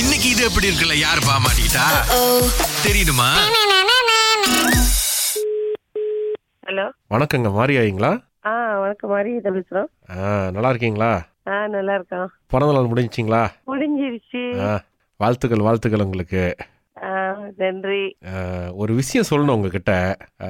இன்னைக்கு இது எப்படி இருக்குல்ல யார் பாமாட்டா தெரியுமா ஹலோ வணக்கங்க மாரியாயிங்களா ஆ வணக்கம் மாதிரி இதை பேசுகிறோம் ஆ நல்லா இருக்கீங்களா ஆ நல்லா இருக்கோம் பிறந்த நாள் முடிஞ்சிங்களா முடிஞ்சிருச்சு ஆ வாழ்த்துக்கள் வாழ்த்துக்கள் உங்களுக்கு ஆ நன்றி ஆ, ஒரு விஷயம் சொல்லணும் உங்ககிட்ட ஆ,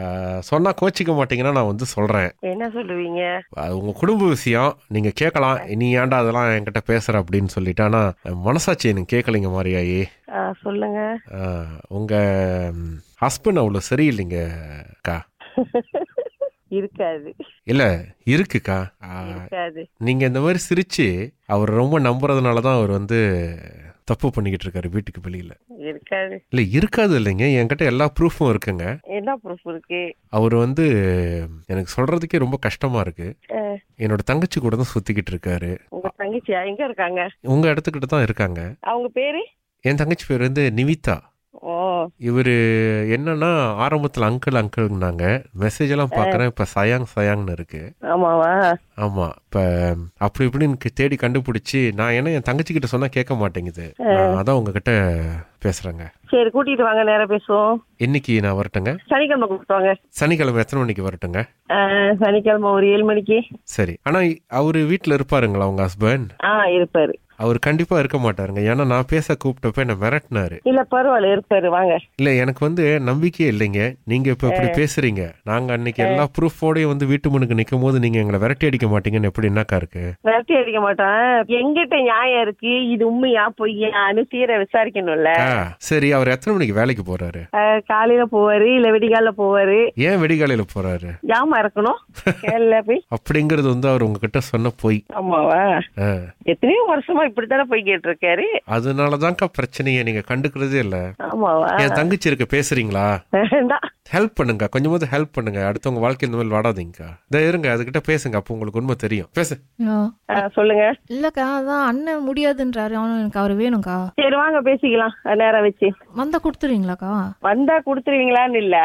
சொன்னா கோச்சிக்க மாட்டீங்கன்னா நான் வந்து சொல்றேன் என்ன சொல்லுவீங்க அது உங்க குடும்ப விஷயம் நீங்க கேட்கலாம் நீ ஏன்டா அதெல்லாம் என்கிட்ட பேசுற அப்படின்னு சொல்லிட்டு ஆனா மனசாட்சி எனக்கு கேட்கலைங்க மாரியாயி ஆ சொல்லுங்க ஆ, உங்க ஹஸ்பண்ட் அவ்வளோ சரியில்லைங்க அக்கா இருக்காது இல்ல இருக்குக்கா ஆ, இருக்காது நீங்க இந்த மாதிரி சிரிச்சு அவர் ரொம்ப நம்புறதுனால தான் அவர் வந்து தப்பு பண்ணிக்கிட்டு இருக்காரு வீட்டுக்கு வெளியில இருக்காது இல்ல இருக்காது இல்லைங்க என்கிட்ட எல்லா ப்ரூஃபும் இருக்குங்க என்ன ப்ரூஃப் இருக்கு அவர் வந்து எனக்கு சொல்றதுக்கே ரொம்ப கஷ்டமா இருக்கு ஆ, என்னோட தங்கச்சி கூட தான் சுத்திக்கிட்டு இருக்காரு உங்க தங்கச்சியா எங்க இருக்காங்க உங்க இடத்துக்கிட்ட தான் இருக்காங்க அவங்க பேரு என் தங்கச்சி பேர் வந்து நிவிதா ஓ இவர் என்னன்னா ஆரம்பத்தில் அங்கிள் அங்கிள்னாங்க மெசேஜ் எல்லாம் பார்க்குறேன் இப்போ சயாங் சயாங்னு இருக்கு ஆமாவா ஆமாம் இப்போ அப்படி இப்படின்னு கே- தேடி கண்டுபிடிச்சி நான் ஏன்னா என் தங்கச்சிக்கிட்ட சொன்னால் கேட்க மாட்டேங்குது நான் அதான் உங்ககிட்ட பேசுகிறேங்க சரி கூட்டிட்டு வாங்க நேரம் பேசுவோம் இன்னைக்கு நான் வரட்டுங்க சனிக்கிழமை கூப்பிட்டு வாங்க சனிக்கிழமை எத்தனை மணிக்கு வரட்டுங்க ஆ, சனிக்கிழமை ஒரு ஏழு மணிக்கு சரி ஆனால் அவர் வீட்டில் இருப்பாருங்களா உங்கள் ஹஸ்பண்ட் ஆ இருப்பாரு அவர் கண்டிப்பாக இருக்க மாட்டாருங்க ஏன்னா நான் பேச கூப்பிட்டப்ப என்னை மிரட்டினாரு இல்ல பரவாயில்ல இருப்பாரு வாங்க இல்லை எனக்கு வந்து நம்பிக்கையே இல்லைங்க நீங்கள் இப்போ இப்படி பேசுறீங்க நாங்கள் அன்னைக்கு எல்லா ப்ரூஃபோடையும் வந்து வீட்டு முன்னுக்கு நிற்கும் போது நீங்கள் எங்களை விரட்டி அடிக்க மாட்டீங்கன்னு எப்படி என்னக்கா இருக்கு விரட்டி அடிக்க மாட்டான் எங்கிட்ட நியாயம் இருக்கு இது உண்மையா பொய்யான்னு தீர விசாரிக்கணும்ல ஆ சரி அவர் எத்தனை மணிக்கு வேலைக்கு போறாரு அஹ், காலையில போவாரு இல்ல விடிகால போவாரு ஏன் வெடிகாலையில் போறாரு ஜாமா இருக்கணும் கேரளா போய் அப்படிங்கிறது வந்து அவர் உங்ககிட்ட சொன்ன பொய் ஆமாவா ஆ, எத்தனையோ வருஷமா இப்படித்தானே போய் கேட்டு இருக்காரு அதனாலதான்க்கா பிரச்சனையை நீங்கள் கண்டுக்கிறதே இல்லை ஆமாவா என் தங்கச்சி இருக்க பேசுறீங்களா வேண்டாம் ஹெல்ப் பண்ணுங்க கொஞ்சமாவது ஹெல்ப் பண்ணுங்க அடுத்தவங்க வாழ்க்கை இந்த மாதிரி வாடாதீங்கக்கா இதை இருங்க அதுகிட்ட பேசுங்க அப்போ உங்களுக்கு உண்மை தெரியும் பேசு ஆ. அஹ், சொல்லுங்க இல்லக்கா அதான் அண்ணன் முடியாதுன்றாரு அவனும் எனக்கு அவர் வேணும்க்கா சரி வாங்க பேசிக்கலாம் அஹ், நேரம் வச்சு வந்தா கொடுத்துறீங்களாக்கா வந்தா கொடுத்துருவீங்களான்னு இல்ல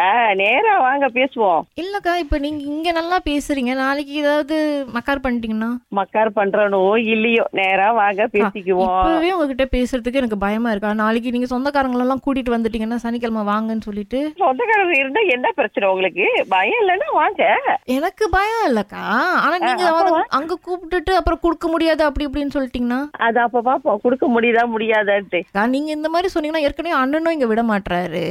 நேரா வாங்க பேசுவோம் இல்லக்கா இப்ப நீங்க இங்க நல்லா பேசுறீங்க நாளைக்கு ஏதாவது மக்கார் பண்ணிட்டீங்கன்னா மக்கார் பண்றனோ இல்லையோ நேரா வாங்க பேசிக்குவோம் இப்பவே உங்ககிட்ட பேசுறதுக்கு எனக்கு பயமா இருக்கா நாளைக்கு நீங்க சொந்தக்காரங்களை எல்லாம் கூட்டிட்டு வந்துட்டீங்கன்னா சனிக்கிழமை வாங்கன்னு சொல்லிட்டு சொந்தக்காரர் இருந்தா என்ன பிரச்சனை உங்களுக்கு பயம் இல்லைன்னா வாங்க எனக்கு பயம் இல்லக்கா ஆனா நீங்க அவனை அங்க கூப்பிட்டுட்டு அப்புறம் கொடுக்க முடியாது அப்படி இப்படின்னு சொல்லிட்டீங்கன்னா அது அப்ப பாப்போம் கொடுக்க முடியுதா முடியாதான்ட்டு அக்கா, நீங்க இந்த மாதிரி சொன்னீங்கன்னா ஏற்கனவே அண்ணனும் இங்க விட மாட்டாரு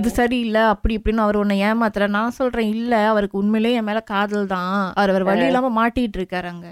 இது சரியில்லை அப்படி இப்படின்னு அவர் உன்னை ஏமாத்துற நான் சொல்றேன் இல்ல அவருக்கு உண்மையிலேயே என் மேல காதல் தான் அவர் அவர் வழி இல்லாம மாட்டிட்டு இருக்காரு அங்க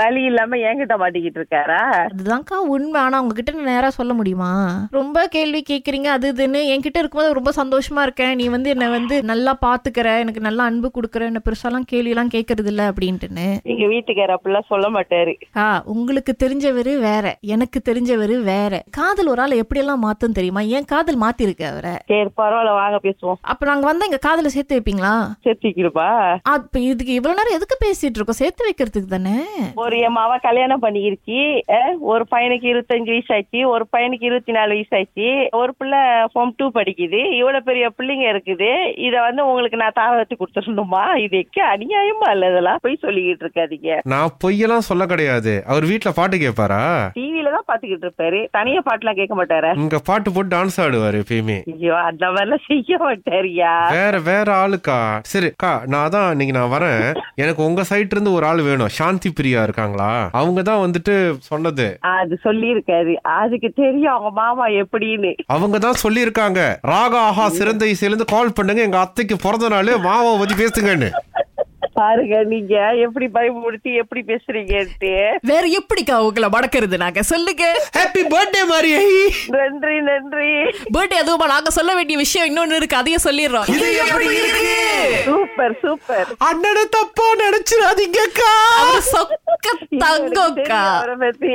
வலி இல்லாம என்கிட்ட மாட்டிக்கிட்டு இருக்காரா அதுதான்க்கா உண்மை ஆனா உங்ககிட்ட நான் நேரா சொல்ல முடியுமா ரொம்ப கேள்வி கேக்குறீங்க அது இதுன்னு என்கிட்ட இருக்கும்போது ரொம்ப சந்தோஷமா இருக்கேன் நீ வந்து என்னை வந்து நல்லா பாத்துக்கற எனக்கு நல்லா அன்பு கொடுக்குற என்ன பெருசாலாம் கேள்வி எல்லாம் கேக்குறது இல்ல அப்படின்ட்டுன்னு எங்க வீட்டுக்கார அப்படிலாம் சொல்ல மாட்டாரு ஆ உங்களுக்கு தெரிஞ்சவரு வேற எனக்கு தெரிஞ்சவரு வேற காதல் ஒரு ஆளை எப்படியெல்லாம் மாத்தும் தெரியுமா ஏன் காதல் மாத்திருக்கு அவரை சரி பரவாயில்ல வாங்க பேசுவோம் அப்ப நாங்க வந்தா எங்க காதல சேர்த்து வைப்பீங்களா சேர்த்திக்கிடுப்பா அப்ப இதுக்கு இவ்வளவு நேரம் எதுக்கு பேசிட்டு இருக்கோம் சேர்த்து வைக்கிறதுக்கு தானே ஒரு என் மாவா கல்யாணம் பண்ணிருச்சு ஒரு பையனுக்கு இருபத்தஞ்சு வயசு ஆச்சு ஒரு பையனுக்கு இருபத்தி நாலு வயசு ஆச்சு ஒரு பிள்ளை ஃபார்ம் டூ படிக்குது இவ்வளவு பெரிய பிள்ளைங்க இருக்குது இத வந்து உங்களுக்கு நான் தாரத்து கொடுத்துடணுமா இது எக்க அநியாயமா இல்ல இதெல்லாம் போய் சொல்லிக்கிட்டு இருக்காதீங்க நான் பொய்யெல்லாம் சொல்ல கிடையாது அவர் வீட்டில் பாட்டு கேட்பாரா டிவில தான் பாத்துக்கிட்டு இருப்பாரு தனியா பாட்டுலாம் கேட்க மாட்டாரா இங்க பாட்டு போட்டு டான்ஸ் ஆடுவாரு எப்பயுமே ஐயோ அந்த மாதிரிலாம் செய்ய மாட்டாரியா வேற வேற ஆளுக்கா சரி அக்கா நான் தான் இன்னைக்கு நான் வரேன் எனக்கு உங்க சைட்ல இருந்து ஒரு ஆள் வேணும் சாந்தி பிரியா இருக்காங்களா அவங்க தான் வந்துட்டு சொன்னது அது சொல்லி இருக்காரு அதுக்கு தெரியும் அவங்க மாமா எப்படின்னு அவங்க தான் சொல்லியிருக்காங்க ராகா ஆஹா சிறந்த இசையிலேருந்து கால் பண்ணுங்க எங்க அத்தைக்கு பிறந்த நாள் மாவை பத்தி பேசுங்கன்னு பாருங்க நீங்க எப்படி பயமுறுத்தி எப்படி பேசுறீங்கன்ட்டு வேற எப்படிக்கா உங்களை மடக்கிறது நாங்க சொல்லுங்க ஹாப்பி பர்த்டே மாதிரி நன்றி நன்றி பர்த்டே அதுவுமா நாங்க சொல்ல வேண்டிய விஷயம் இன்னொன்னு இருக்கு அதையும் சொல்லிடுறோம் சூப்பர் சூப்பர் அண்ணனை தப்பா நினைச்சிடாதீங்கக்கா அவரு சொக்க தங்கம்க்கா அவரை பத்தி